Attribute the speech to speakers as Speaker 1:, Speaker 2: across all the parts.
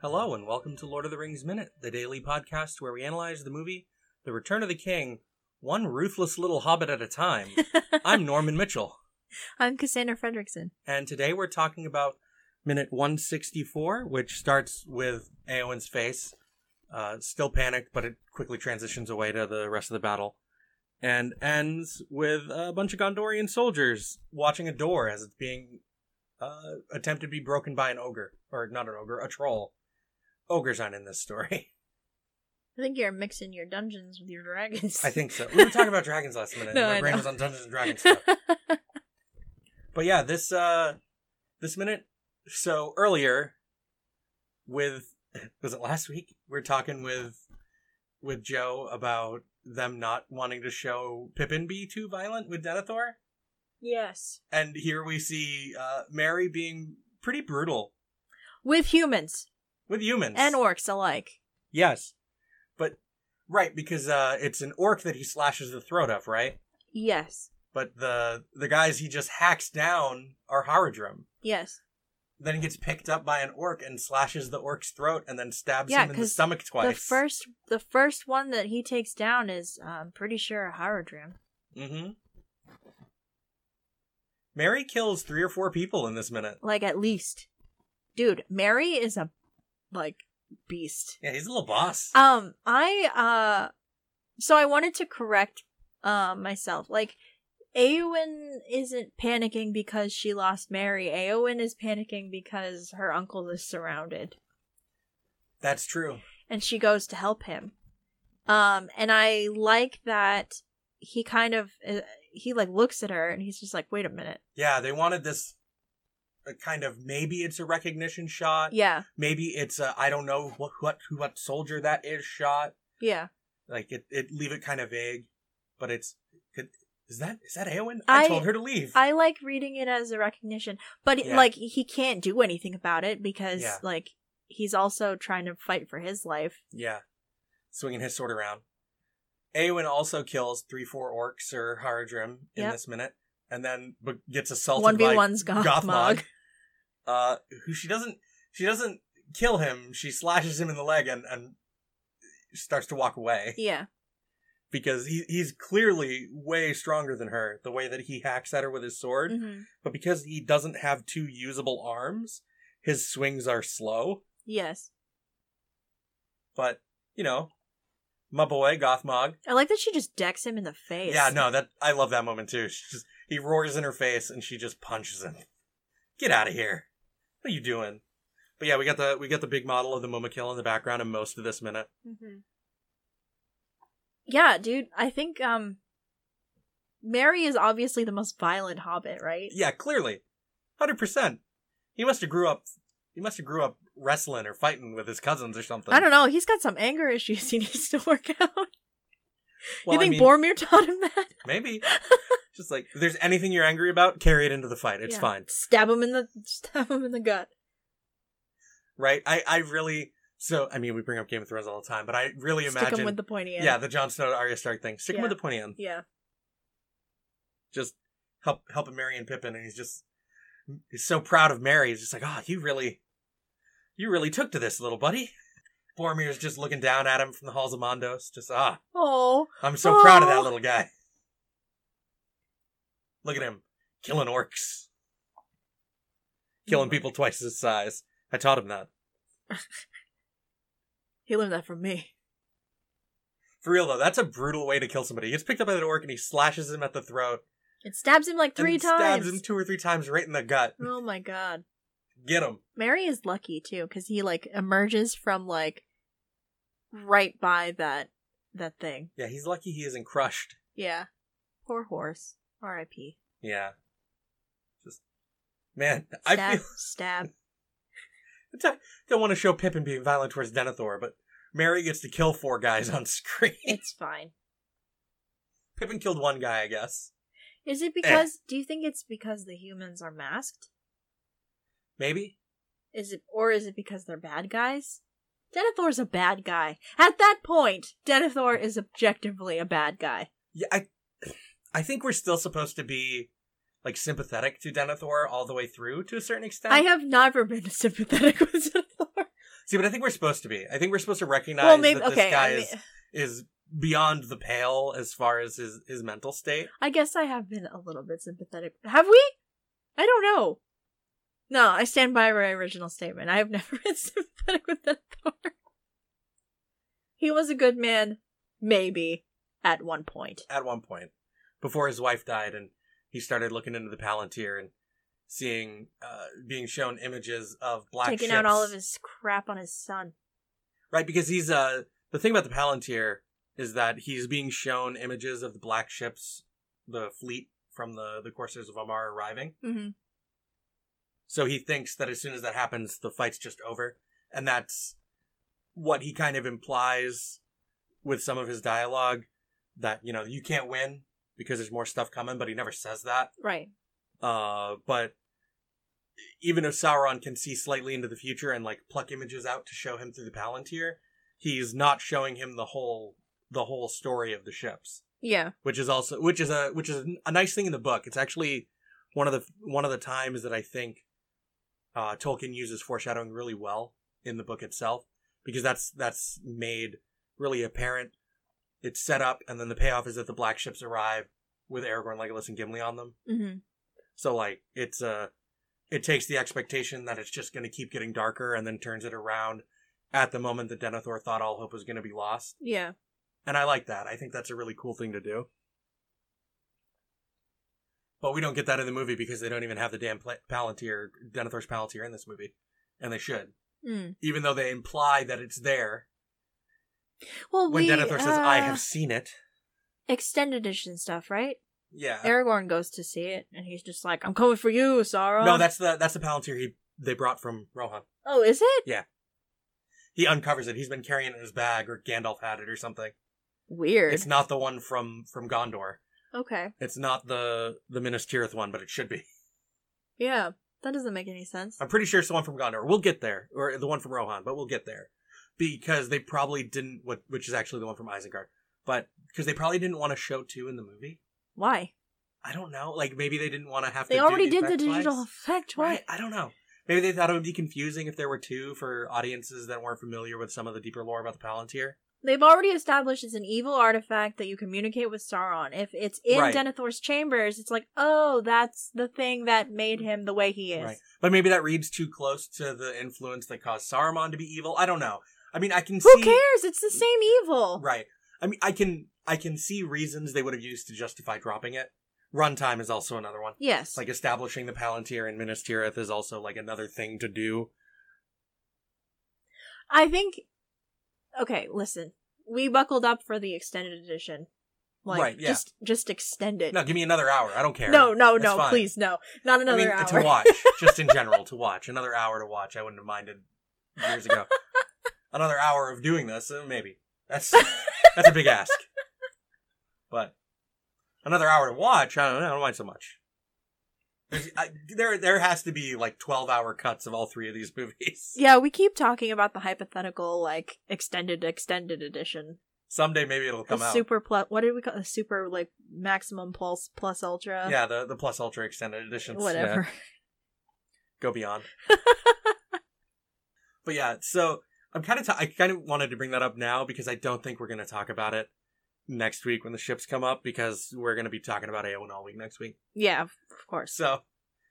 Speaker 1: Hello, and welcome to Lord of the Rings Minute, the daily podcast where we analyze the movie The Return of the King, one ruthless little hobbit at a time. I'm Norman Mitchell,
Speaker 2: I'm Cassandra Fredrickson.
Speaker 1: and today we're talking about minute 164, which starts with Eowyn's face, uh, still panicked, but it quickly transitions away to the rest of the battle, and ends with a bunch of Gondorian soldiers watching a door as it's being uh, attempted to be broken by an ogre, or not an ogre, a troll. Ogres aren't in this story.
Speaker 2: I think you're mixing your dungeons with your dragons.
Speaker 1: I think so. We were talking about dragons last minute.
Speaker 2: No,
Speaker 1: and my
Speaker 2: I
Speaker 1: brain
Speaker 2: know.
Speaker 1: was on Dungeons and Dragons stuff. But yeah, this uh this minute so earlier with was it last week? We are talking with with Joe about them not wanting to show Pippin be too violent with Denethor.
Speaker 2: yes.
Speaker 1: And here we see uh Mary being pretty brutal
Speaker 2: With humans
Speaker 1: with humans.
Speaker 2: and orcs alike.
Speaker 1: Yes. But right, because uh it's an orc that he slashes the throat of, right?
Speaker 2: Yes.
Speaker 1: but the the guys he just hacks down are Haradrim.
Speaker 2: Yes.
Speaker 1: Then he gets picked up by an orc and slashes the orc's throat and then stabs
Speaker 2: Yeah,
Speaker 1: him in the
Speaker 2: 'cause
Speaker 1: stomach twice.
Speaker 2: The first the first one that he takes down is uh, I'm pretty sure a Haradrim.
Speaker 1: Mm-hmm. Mary kills three or four people in this minute.
Speaker 2: Like at least. Dude, Mary is a like beast.
Speaker 1: Yeah, he's a little boss.
Speaker 2: Um, I uh, so I wanted to correct uh myself. Like, Aowen isn't panicking because she lost Mary. Aowen is panicking because her uncle is surrounded,
Speaker 1: That's true.
Speaker 2: and she goes to help him. Um, and I like that he kind of uh, he like looks at her and he's just like, wait a minute,
Speaker 1: Yeah, they wanted this a kind of maybe it's a recognition shot.
Speaker 2: yeah,
Speaker 1: Maybe it's a I don't know what what what soldier that is shot.
Speaker 2: yeah.
Speaker 1: Like it, it leave it kind of vague, but it's could, is that is that Eowyn? I
Speaker 2: I-
Speaker 1: told her to leave.
Speaker 2: I like reading it as a recognition, but
Speaker 1: Yeah.
Speaker 2: like he can't do anything about it because
Speaker 1: Yeah.
Speaker 2: like he's also trying to fight for his life.
Speaker 1: Yeah. Swinging his sword around. Aowen also kills three, four orcs or Haradrim in
Speaker 2: Yep.
Speaker 1: this minute, and then b- gets assaulted
Speaker 2: one
Speaker 1: by
Speaker 2: v one's Gothmog.
Speaker 1: Gothmog. Uh, who she doesn't she doesn't kill him. She slashes him in the leg and and starts to walk away
Speaker 2: Yeah,
Speaker 1: because he he's clearly way stronger than her. The way that he hacks at her with his sword,
Speaker 2: Mhm.
Speaker 1: but because he doesn't have two usable arms, his swings are slow.
Speaker 2: yes.
Speaker 1: But you know, my boy Gothmog
Speaker 2: I like that she just decks him in the face.
Speaker 1: Yeah, no, that I love that moment too. She just he roars in her face and she just punches him. Get out of here. What are you doing? But yeah, we got the we got the big model of the Momokill in the background in most of this minute.
Speaker 2: Mm-hmm. Yeah, dude. I think um, Mary is obviously the most violent Hobbit, right?
Speaker 1: Yeah, clearly. Hundred percent. He must have grew up he must have grew up wrestling or fighting with his cousins or something.
Speaker 2: I don't know. He's got some anger issues he needs to work out.
Speaker 1: well,
Speaker 2: you think
Speaker 1: I mean,
Speaker 2: Boromir taught him that?
Speaker 1: maybe. just like if there's anything you're angry about, carry it into the fight. It's
Speaker 2: Yeah.
Speaker 1: fine.
Speaker 2: Stab him in the stab him in the gut.
Speaker 1: Right? I, I really so I mean we bring up Game of Thrones all the time, but I really
Speaker 2: Stick
Speaker 1: imagine
Speaker 2: him with the pointy end.
Speaker 1: Yeah, the Jon Snow to Arya Stark thing. Stick him with
Speaker 2: Yeah.
Speaker 1: the pointy end.
Speaker 2: yeah.
Speaker 1: just help helping Mary and Pippin, and he's just he's so proud of Mary. He's just like, oh, you really, you really took to this, little buddy. Boromir's just looking down at him from the halls of Mondos. Just ah,
Speaker 2: Oh,
Speaker 1: I'm so proud of
Speaker 2: Aw.
Speaker 1: that little guy. Look at him killing orcs, killing people twice his size. I taught him that.
Speaker 2: he learned that from me.
Speaker 1: For real though, that's a brutal way to kill somebody. He gets picked up by that orc and he slashes him at the throat.
Speaker 2: It stabs him like
Speaker 1: and
Speaker 2: three
Speaker 1: Stabs
Speaker 2: times.
Speaker 1: him two or three times right in the gut.
Speaker 2: oh my god.
Speaker 1: Get him.
Speaker 2: Mary is lucky too because he like emerges from like right by that that thing.
Speaker 1: Yeah, he's lucky he isn't crushed.
Speaker 2: Yeah, poor horse. R.I.P.
Speaker 1: Yeah. Just man, I
Speaker 2: Stab,
Speaker 1: feel,
Speaker 2: stab.
Speaker 1: I don't want to show Pippin being violent towards Denethor, but Mary gets to kill four guys on screen.
Speaker 2: It's fine.
Speaker 1: Pippin killed one guy, I guess.
Speaker 2: Is
Speaker 1: Eh.
Speaker 2: it because? Do you think it's because the humans are masked?
Speaker 1: Maybe.
Speaker 2: Is it or is it because they're bad guys? Denethor's a bad guy. At that point, Denethor is objectively a bad guy.
Speaker 1: Yeah, I I think we're still supposed to be like sympathetic to Denethor all the way through to a certain extent.
Speaker 2: I have never been sympathetic with Denethor.
Speaker 1: See, but I think we're supposed to be. I think we're supposed to recognize
Speaker 2: well, maybe
Speaker 1: that this
Speaker 2: okay.
Speaker 1: guy
Speaker 2: I, mean,
Speaker 1: is, is beyond the pale as far as his, his mental state.
Speaker 2: I guess I have been a little bit sympathetic. Have we? I don't know. No, I stand by my original statement. I have never been sympathetic with that Thor. He was a good man, maybe at one point.
Speaker 1: at one point before his wife died and he started looking into the palantir and seeing uh being shown images of black
Speaker 2: taking
Speaker 1: ships.
Speaker 2: out all of his crap on his son.
Speaker 1: right because he's uh the thing about the palantir is that he's being shown images of the black ships the fleet from the the corsairs of amar arriving
Speaker 2: Mm-hmm.
Speaker 1: so he thinks that as soon as that happens the fight's just over and that's what he kind of implies with some of his dialogue that you know you can't win because there's more stuff coming but he never says that
Speaker 2: Right.
Speaker 1: Uh, but even if Sauron can see slightly into the future and like pluck images out to show him through the Palantir, he's not showing him the whole the whole story of the ships,
Speaker 2: Yeah.
Speaker 1: which is also which is a which is a nice thing in the book. It's actually one of the one of the times that I think uh, Tolkien uses foreshadowing really well in the book itself because that's that's made really apparent. It's set up, and then the payoff is that the black ships arrive with Aragorn, Legolas, and Gimli on them.
Speaker 2: Mm-hmm.
Speaker 1: So like it's uh it takes the expectation that it's just going to keep getting darker and then turns it around at the moment that Denethor thought all hope was going to be lost.
Speaker 2: Yeah.
Speaker 1: And I like that. I think that's a really cool thing to do. But we don't get that in the movie because they don't even have the damn pla- Palantir, Denethor's Palantir in this movie. And they should.
Speaker 2: Mm.
Speaker 1: Even though they imply that it's there.
Speaker 2: Well,
Speaker 1: When
Speaker 2: we
Speaker 1: Denethor says, I
Speaker 2: uh,
Speaker 1: have seen it.
Speaker 2: extended edition stuff, right?
Speaker 1: Yeah.
Speaker 2: Aragorn goes to see it, and he's just like, "I'm coming for you, Sauron."
Speaker 1: No, that's the that's the Palantir he they brought from Rohan.
Speaker 2: oh, is it
Speaker 1: He uncovers it. He's been carrying it in his bag or Gandalf had it or something.
Speaker 2: weird?
Speaker 1: It's not the one from from Gondor.
Speaker 2: okay,
Speaker 1: It's not the the Minas Tirith one, but it should be.
Speaker 2: yeah, that doesn't make any sense.
Speaker 1: I'm pretty sure it's the one from Gondor. We'll get there, or the one from Rohan, but we'll get there because they probably didn't. What which is actually the one from Isengard, but because they probably didn't want to show two in the movie.
Speaker 2: Why?
Speaker 1: I don't know. Like maybe they didn't want to have.
Speaker 2: They
Speaker 1: to
Speaker 2: already
Speaker 1: do
Speaker 2: did the
Speaker 1: effect
Speaker 2: digital
Speaker 1: twice.
Speaker 2: effect. Why?
Speaker 1: Right. I don't know. Maybe they thought it would be confusing if there were two for audiences that weren't familiar with some of the deeper lore about the Palantir.
Speaker 2: They've already established it's an evil artifact that you communicate with Sauron. If it's in
Speaker 1: Right.
Speaker 2: Denethor's chambers, it's like, oh, that's the thing that made him the way he is.
Speaker 1: Right. But maybe that reads too close to the influence that caused Saruman to be evil. I don't know. I mean, I can
Speaker 2: Who
Speaker 1: see
Speaker 2: cares? It's the same evil.
Speaker 1: Right. I mean, I can I can see reasons they would have used to justify dropping it. Runtime is also another one.
Speaker 2: Yes.
Speaker 1: Like establishing the Palantir in Minas Tirith is also like another thing to do.
Speaker 2: I think. Okay, listen. We buckled up for the extended edition. Like,
Speaker 1: Right, yeah.
Speaker 2: Just, just extend it.
Speaker 1: No, give me another hour. I don't care.
Speaker 2: no, no,
Speaker 1: It's
Speaker 2: no,
Speaker 1: fine.
Speaker 2: please, no. Not
Speaker 1: I
Speaker 2: another
Speaker 1: mean,
Speaker 2: hour.
Speaker 1: to watch, just in general, to watch another hour to watch. I wouldn't have minded years ago. another hour of doing this, uh, maybe. That's that's a big ask. But another hour to watch, I don't know. I don't mind so much. There's- I, there, there has to be like twelve-hour cuts of all three of these movies.
Speaker 2: Yeah, we keep talking about the hypothetical, like, extended, extended edition.
Speaker 1: Someday maybe it'll come
Speaker 2: the
Speaker 1: out.
Speaker 2: super plus, what did we call The super, like, maximum plus, plus ultra?
Speaker 1: yeah, the, the plus ultra extended edition.
Speaker 2: Whatever.
Speaker 1: go beyond. but yeah, so I'm kind of ta- I kind of wanted to bring that up now because I don't think we're going to talk about it next week when the ships come up because we're going to be talking about Aowen all week next week.
Speaker 2: Yeah, of course.
Speaker 1: So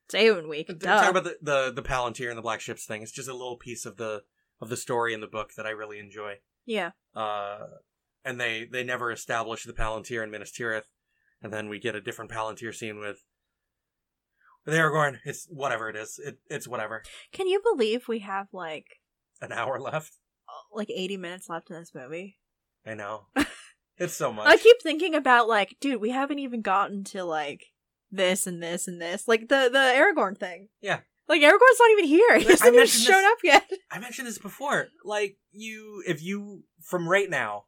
Speaker 2: It's Aowen week.
Speaker 1: t-
Speaker 2: Duh.
Speaker 1: talk about the, the the Palantir and the Black Ships thing. It's just a little piece of the of the story in the book that I really enjoy.
Speaker 2: yeah.
Speaker 1: Uh, and they they never establish the Palantir in Minas Tirith, and then we get a different Palantir scene with. With Aragorn, it's whatever it is. It, it's whatever.
Speaker 2: Can you believe we have like
Speaker 1: An hour left.
Speaker 2: uh, like 80 minutes left in this movie?
Speaker 1: I know. it's so much.
Speaker 2: I keep thinking about like, dude, we haven't even gotten to like this and this and this, like the the Aragorn thing.
Speaker 1: Yeah.
Speaker 2: Like Aragorn's not even here. He
Speaker 1: Like, I
Speaker 2: hasn't even
Speaker 1: mentioned
Speaker 2: shown
Speaker 1: this-
Speaker 2: up yet.
Speaker 1: I mentioned this before. Like you if you from right now,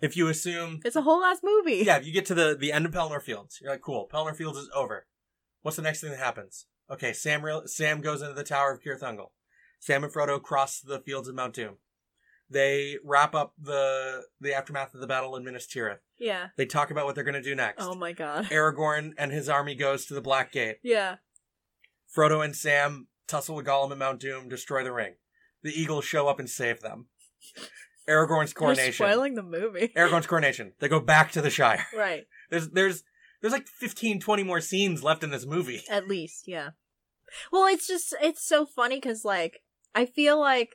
Speaker 1: if you assume
Speaker 2: It's a whole last movie.
Speaker 1: Yeah, if you get to the, the end of Pelennor Fields, you're like, cool, Pelennor Fields is over. What's the next thing that happens? Okay, Sam real, Sam goes into the Tower of Kirthungle. Sam and Frodo cross the fields of Mount Doom. They wrap up the the aftermath of the battle in Minas Tirith.
Speaker 2: Yeah.
Speaker 1: They talk about what they're gonna do next.
Speaker 2: Oh my god.
Speaker 1: Aragorn and his army goes to the Black Gate.
Speaker 2: Yeah.
Speaker 1: Frodo and Sam tussle with Gollum and Mount Doom, destroy the ring. the eagles show up and save them. Aragorn's
Speaker 2: You're
Speaker 1: coronation.
Speaker 2: spoiling the movie.
Speaker 1: Aragorn's coronation. They go back to the Shire.
Speaker 2: right.
Speaker 1: There's there's there's like 15, 20 more scenes left in this movie.
Speaker 2: At least, yeah. Well, it's just it's so funny because like I feel like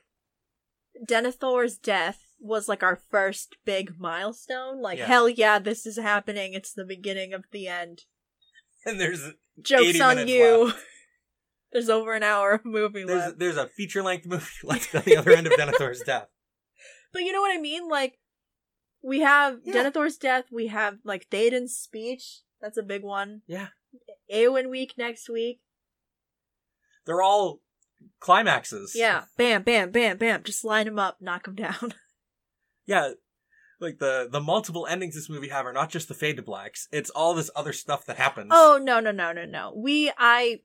Speaker 2: Denethor's death was like our first big milestone. Like
Speaker 1: Yeah.
Speaker 2: hell yeah, this is happening. It's the beginning of the end.
Speaker 1: And there's
Speaker 2: Jokes
Speaker 1: 80
Speaker 2: on
Speaker 1: minutes
Speaker 2: you. There's over an hour of movie
Speaker 1: there's
Speaker 2: left.
Speaker 1: there's a feature length movie left on the other end of Denethor's death.
Speaker 2: But you know what I mean? Like we have
Speaker 1: Yeah.
Speaker 2: Denethor's death. We have like Théoden's speech. That's a big one.
Speaker 1: Yeah.
Speaker 2: Eowyn week next week.
Speaker 1: They're all climaxes.
Speaker 2: Yeah. Bam, bam, bam, bam. Just line them up, knock them down.
Speaker 1: Yeah. Like the the multiple endings this movie have are not just the fade to blacks. It's all this other stuff that happens.
Speaker 2: Oh no no no no no. We I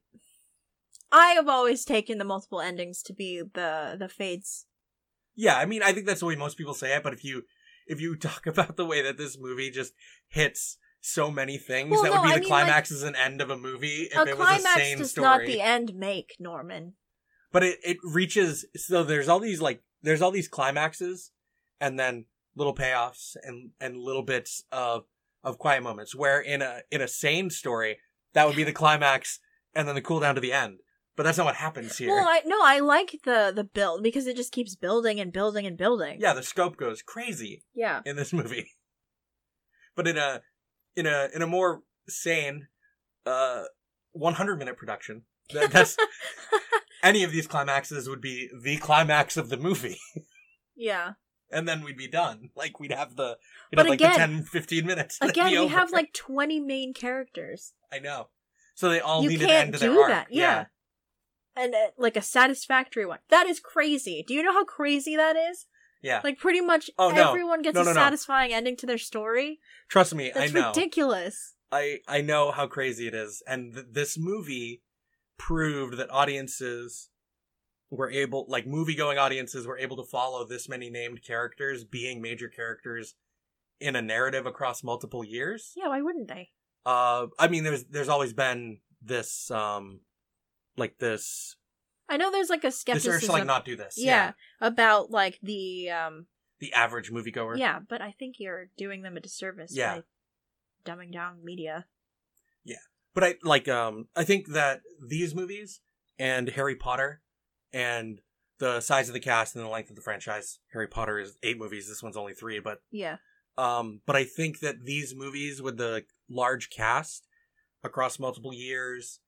Speaker 2: I have always taken the multiple endings to be the the fades.
Speaker 1: Yeah, I mean, I think that's the way most people say it. But if you if you talk about the way that this movie just hits so many things,
Speaker 2: Well,
Speaker 1: that
Speaker 2: no,
Speaker 1: would be
Speaker 2: I
Speaker 1: the
Speaker 2: mean,
Speaker 1: climaxes and end of a movie if
Speaker 2: a
Speaker 1: it was the
Speaker 2: climax
Speaker 1: same
Speaker 2: does
Speaker 1: story.
Speaker 2: not the end make, Norman.
Speaker 1: but it it reaches. So there's all these like there's all these climaxes, and then little payoffs and and little bits of of quiet moments. Where in a in a sane story, that would be the climax, and then the cool down to the end. But that's not what happens here.
Speaker 2: Well, I no, I like the the build because it just keeps building and building and building.
Speaker 1: yeah, the scope goes crazy.
Speaker 2: Yeah.
Speaker 1: in this movie. But in a in a in a more sane uh 100 minute production, that, that's any of these climaxes would be the climax of the movie
Speaker 2: Yeah.
Speaker 1: and then we'd be done. Like we'd have the we'd
Speaker 2: But
Speaker 1: have like
Speaker 2: again-
Speaker 1: the 10 15 minutes. and
Speaker 2: Again,
Speaker 1: be
Speaker 2: we
Speaker 1: over.
Speaker 2: have like 20 main characters.
Speaker 1: I know. So they all
Speaker 2: you
Speaker 1: need
Speaker 2: can't
Speaker 1: an end to
Speaker 2: do
Speaker 1: their arc.
Speaker 2: that. Yeah. And uh, like a satisfactory one. That is crazy. Do you know how crazy that is?
Speaker 1: Yeah.
Speaker 2: Like pretty much
Speaker 1: Oh, no.
Speaker 2: everyone gets
Speaker 1: No,
Speaker 2: a
Speaker 1: no, no.
Speaker 2: satisfying ending to their story.
Speaker 1: Trust me,
Speaker 2: That's
Speaker 1: I know.
Speaker 2: ridiculous.
Speaker 1: I I know how crazy it is, and th- this movie proved that audiences were able, like movie going audiences, were able to follow this many named characters being major characters in a narrative across multiple years.
Speaker 2: Yeah, why wouldn't they?
Speaker 1: Uh, I mean, there's there's always been this um, like this.
Speaker 2: I know there's like a
Speaker 1: This urge
Speaker 2: skepticism.
Speaker 1: to like not do this.
Speaker 2: yeah, about like the um
Speaker 1: the average moviegoer.
Speaker 2: yeah, but I think you're doing them a disservice
Speaker 1: Yeah.
Speaker 2: by dumbing down media.
Speaker 1: but I like um I think that these movies and Harry Potter and the size of the cast and the length of the franchise. Harry Potter is eight movies. This one's only three, but
Speaker 2: Yeah.
Speaker 1: um but I think that these movies with the large cast across multiple years,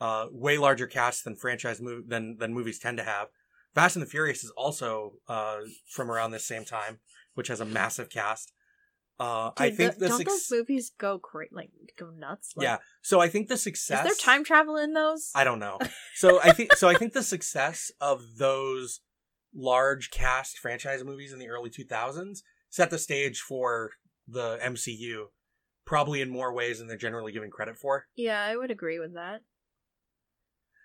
Speaker 1: uh, way larger cast than franchise mov- than than movies tend to have. Fast and the Furious is also uh from around this same time, which has a massive cast. Uh, I
Speaker 2: Dude,
Speaker 1: think
Speaker 2: the-
Speaker 1: the,
Speaker 2: don't
Speaker 1: success.
Speaker 2: those movies go great like go nuts? Like,
Speaker 1: yeah, so I think the success.
Speaker 2: Is there time travel in those?
Speaker 1: I don't know. So I think so I think the success of those large cast franchise movies in the early 2000s set the stage for the MCU probably in more ways than they're generally given credit for.
Speaker 2: yeah, I would agree with that.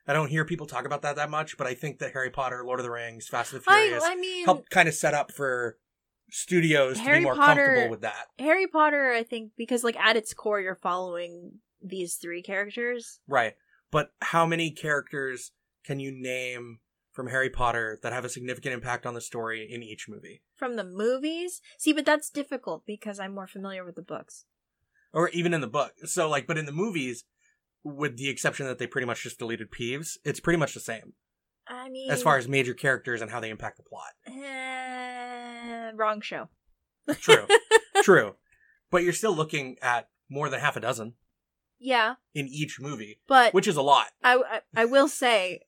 Speaker 1: I don't hear people talk about that that much, but I think that Harry Potter, Lord of the Rings, Fast and the
Speaker 2: I
Speaker 1: Furious
Speaker 2: I mean
Speaker 1: helped kind of set up for studios to
Speaker 2: Harry
Speaker 1: be more
Speaker 2: Potter-
Speaker 1: comfortable with that.
Speaker 2: Harry Potter, I think because like at its core you're following these three characters.
Speaker 1: Right. But how many characters can you name from Harry Potter that have a significant impact on the story in each movie?
Speaker 2: From the movies? See, but that's difficult because I'm more familiar with the books.
Speaker 1: or even in the book. So like, but in the movies, with the exception that they pretty much just deleted Peeves, it's pretty much the same
Speaker 2: I mean
Speaker 1: as far as major characters and how they impact the plot.
Speaker 2: Eh, wrong show.
Speaker 1: True, true, but you're still looking at more than half a dozen
Speaker 2: Yeah,
Speaker 1: in each movie,
Speaker 2: but
Speaker 1: which is a lot.
Speaker 2: I, I I will say,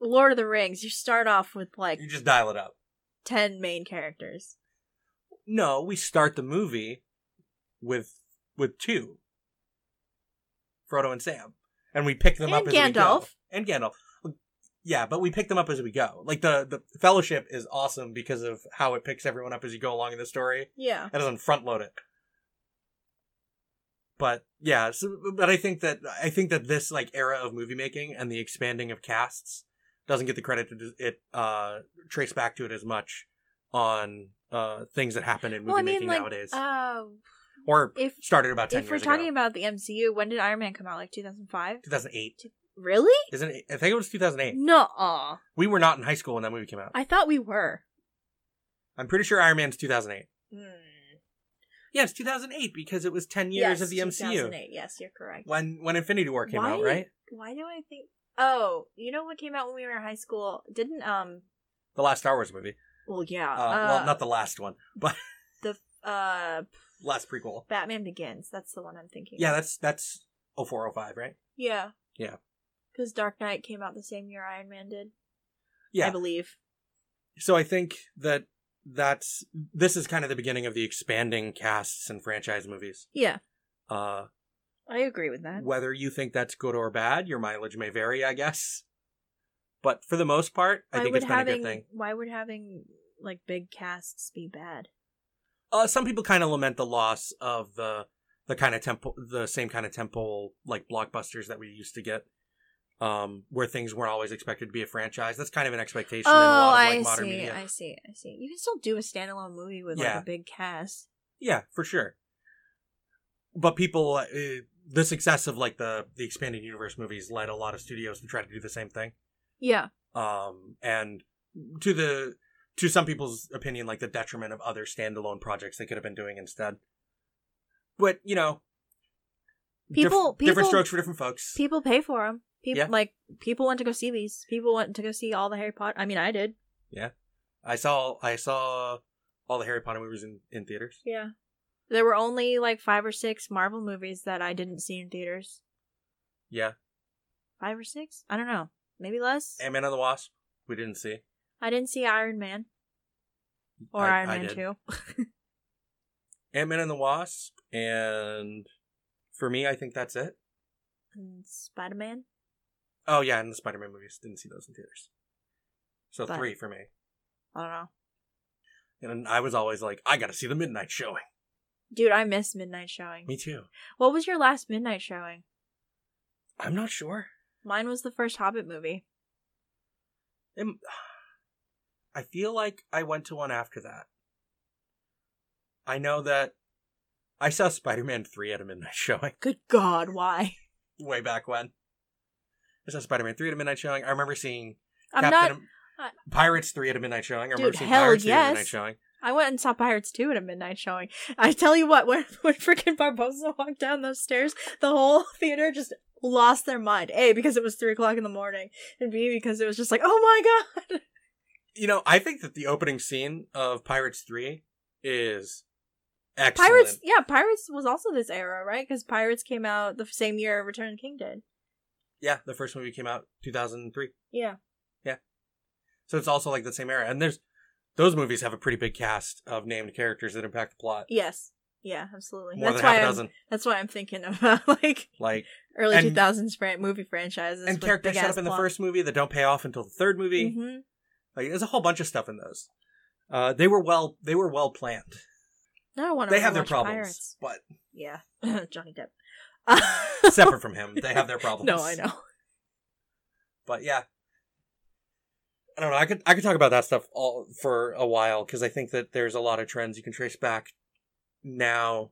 Speaker 2: Lord of the Rings. You start off with like
Speaker 1: You just dial it up.
Speaker 2: ten main characters.
Speaker 1: No, we start the movie with with two, Frodo and Sam, and we pick them
Speaker 2: And
Speaker 1: up as we go.
Speaker 2: Gandalf.
Speaker 1: and Gandalf. Yeah, but we pick them up as we go. Like the the Fellowship is awesome because of how it picks everyone up as you go along in the story.
Speaker 2: Yeah,
Speaker 1: It doesn't front load it. But yeah, so, but I think that I think that this like era of movie making and the expanding of casts doesn't get the credit that it uh trace back to it as much on uh things that happen in movie
Speaker 2: well, I mean,
Speaker 1: making
Speaker 2: like,
Speaker 1: nowadays
Speaker 2: uh,
Speaker 1: or
Speaker 2: if
Speaker 1: started about 10
Speaker 2: if we're
Speaker 1: years
Speaker 2: talking
Speaker 1: ago.
Speaker 2: about the MCU, when did Iron Man come out? Like two thousand five.
Speaker 1: 2008.
Speaker 2: Really?
Speaker 1: Isn't it? I think it was 2008.
Speaker 2: No.
Speaker 1: We were not in high school when that movie came out.
Speaker 2: I thought we were.
Speaker 1: I'm pretty sure Iron Man's 2008.
Speaker 2: Mm.
Speaker 1: Yeah, it's 2008 because it was 10 years
Speaker 2: Yes,
Speaker 1: of the MCU
Speaker 2: 2008. Yes, you're correct.
Speaker 1: when when Infinity War came out,
Speaker 2: Why-
Speaker 1: right?
Speaker 2: Why do I think? Oh, you know what came out when we were in high school? Didn't um?
Speaker 1: The last Star Wars movie.
Speaker 2: Well, yeah.
Speaker 1: Uh,
Speaker 2: Uh,
Speaker 1: well, not the last one, but
Speaker 2: uh,
Speaker 1: last prequel.
Speaker 2: Batman Begins. That's the one I'm thinking.
Speaker 1: Yeah,
Speaker 2: of.
Speaker 1: that's that's 0405, right?
Speaker 2: yeah,
Speaker 1: Yeah.
Speaker 2: Because Dark Knight came out the same year Iron Man did.
Speaker 1: Yeah.
Speaker 2: I believe.
Speaker 1: so I think that that's this is kind of the beginning of the expanding casts and franchise movies.
Speaker 2: Yeah,
Speaker 1: Uh,
Speaker 2: I agree with that.
Speaker 1: whether you think that's good or bad, your mileage may vary, I guess. But for the most part, I
Speaker 2: Why
Speaker 1: think
Speaker 2: would
Speaker 1: it's been
Speaker 2: having,
Speaker 1: a good thing.
Speaker 2: Why would having like big casts be bad?
Speaker 1: Uh, some people kind of lament the loss of the the kind of temple, the same kind of temple like blockbusters that we used to get, um, where things weren't always expected to be a franchise. That's kind of an expectation in a
Speaker 2: oh,
Speaker 1: lot of
Speaker 2: I
Speaker 1: like modern
Speaker 2: see.
Speaker 1: media.
Speaker 2: I see. I see. You can still do a standalone movie with
Speaker 1: Yeah.
Speaker 2: like a big cast.
Speaker 1: Yeah, for sure. But people, uh, the success of like the the expanded universe movies led a lot of studios to try to do the same thing.
Speaker 2: Yeah.
Speaker 1: Um, and to the to some people's opinion, like the detriment of other standalone projects they could have been doing instead. But you know,
Speaker 2: People- people-
Speaker 1: different strokes for different folks.
Speaker 2: People pay for them. People
Speaker 1: Yeah.
Speaker 2: like people want to go see these. People want to go see all the Harry Potter. I mean, I did.
Speaker 1: I saw I saw all the Harry Potter movies in in theaters.
Speaker 2: Yeah. There were only like five or six Marvel movies that I didn't see in theaters.
Speaker 1: Yeah,
Speaker 2: Five or six? I don't know. Maybe less.
Speaker 1: Ant Man and the Wasp we didn't see.
Speaker 2: I didn't see Iron Man or
Speaker 1: I-
Speaker 2: Iron
Speaker 1: I
Speaker 2: Man
Speaker 1: did.
Speaker 2: Two.
Speaker 1: Ant Man and the Wasp, and for me, I think that's it.
Speaker 2: And Spider Man.
Speaker 1: Oh yeah, and the Spider-Man movies didn't see those in theaters. So
Speaker 2: But-
Speaker 1: three for me.
Speaker 2: I don't know,
Speaker 1: And I was always like, I gotta see the midnight showing.
Speaker 2: dude. I miss midnight showing.
Speaker 1: Me too.
Speaker 2: What was your last midnight showing?
Speaker 1: I'm not sure.
Speaker 2: Mine was the first Hobbit movie.
Speaker 1: Am- I feel like I went to one after that. I know that I saw Spider-Man three at a midnight showing
Speaker 2: Good God, why?
Speaker 1: way back when. I saw Spider-Man three at a midnight showing. I remember seeing
Speaker 2: I'm
Speaker 1: Captain
Speaker 2: not.
Speaker 1: Am-
Speaker 2: I-
Speaker 1: Pirates three at a midnight showing. I remember
Speaker 2: Dude,
Speaker 1: seeing
Speaker 2: hell
Speaker 1: Pirates three at a
Speaker 2: yes.
Speaker 1: midnight showing.
Speaker 2: I went and saw Pirates 2 at a midnight showing. I tell you what, when, when freaking Barbosa walked down those stairs, the whole theater just lost their mind. A, because it was 3 o'clock in the morning, and B, because it was just like, oh my god!
Speaker 1: You know, I think that the opening scene of Pirates 3 is excellent.
Speaker 2: Pirates, yeah, Pirates was also this era, right? Because Pirates came out the same year Return of the King did.
Speaker 1: Yeah, the first movie came out 2003.
Speaker 2: Yeah.
Speaker 1: So it's also like the same era. And there's those movies have a pretty big cast of named characters that impact the plot.
Speaker 2: Yes. Yeah, absolutely.
Speaker 1: More
Speaker 2: that's
Speaker 1: than
Speaker 2: why
Speaker 1: half a
Speaker 2: I'm,
Speaker 1: dozen.
Speaker 2: that's why I'm thinking about like
Speaker 1: Like
Speaker 2: early
Speaker 1: And-
Speaker 2: 2000s fran- movie franchises
Speaker 1: and
Speaker 2: with
Speaker 1: characters set
Speaker 2: big-ass
Speaker 1: up in the
Speaker 2: plot.
Speaker 1: first movie that don't pay off until the third movie.
Speaker 2: Mhm.
Speaker 1: Like there's a whole bunch of stuff in those. Uh, they were well they were well planned.
Speaker 2: Now I want to
Speaker 1: They have their
Speaker 2: rewatch
Speaker 1: problems,
Speaker 2: Pirates.
Speaker 1: but
Speaker 2: Yeah, Johnny Depp.
Speaker 1: separate from him, they have their problems.
Speaker 2: No, I know.
Speaker 1: but yeah i don't know i could i could talk about that stuff all for a while because i think that there's a lot of trends you can trace back now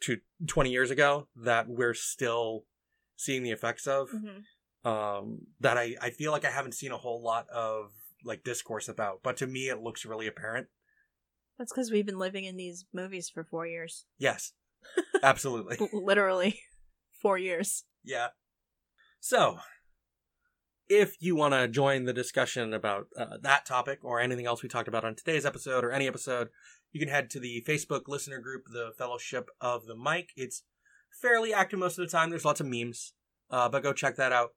Speaker 1: to 20 years ago that we're still seeing the effects of
Speaker 2: Mm-hmm.
Speaker 1: um that i i feel like i haven't seen a whole lot of like discourse about but to me it looks really apparent
Speaker 2: That's because we've been living in these movies for four years.
Speaker 1: yes absolutely
Speaker 2: L- Literally, four years.
Speaker 1: Yeah. So, if you want to join the discussion about uh, that topic or anything else we talked about on today's episode or any episode, you can head to the Facebook listener group, the Fellowship of the Mic. It's fairly active most of the time. There's lots of memes, uh, but go check that out.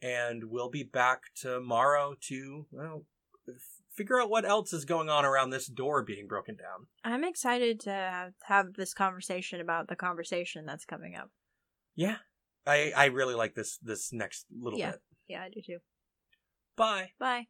Speaker 1: And we'll be back tomorrow to well, f- figure out what else is going on around this door being broken down.
Speaker 2: I'm excited to have, have this conversation about the conversation that's coming up.
Speaker 1: Yeah, I I really like this this next little
Speaker 2: Yeah.
Speaker 1: bit.
Speaker 2: Yeah, I do too.
Speaker 1: Bye.
Speaker 2: Bye.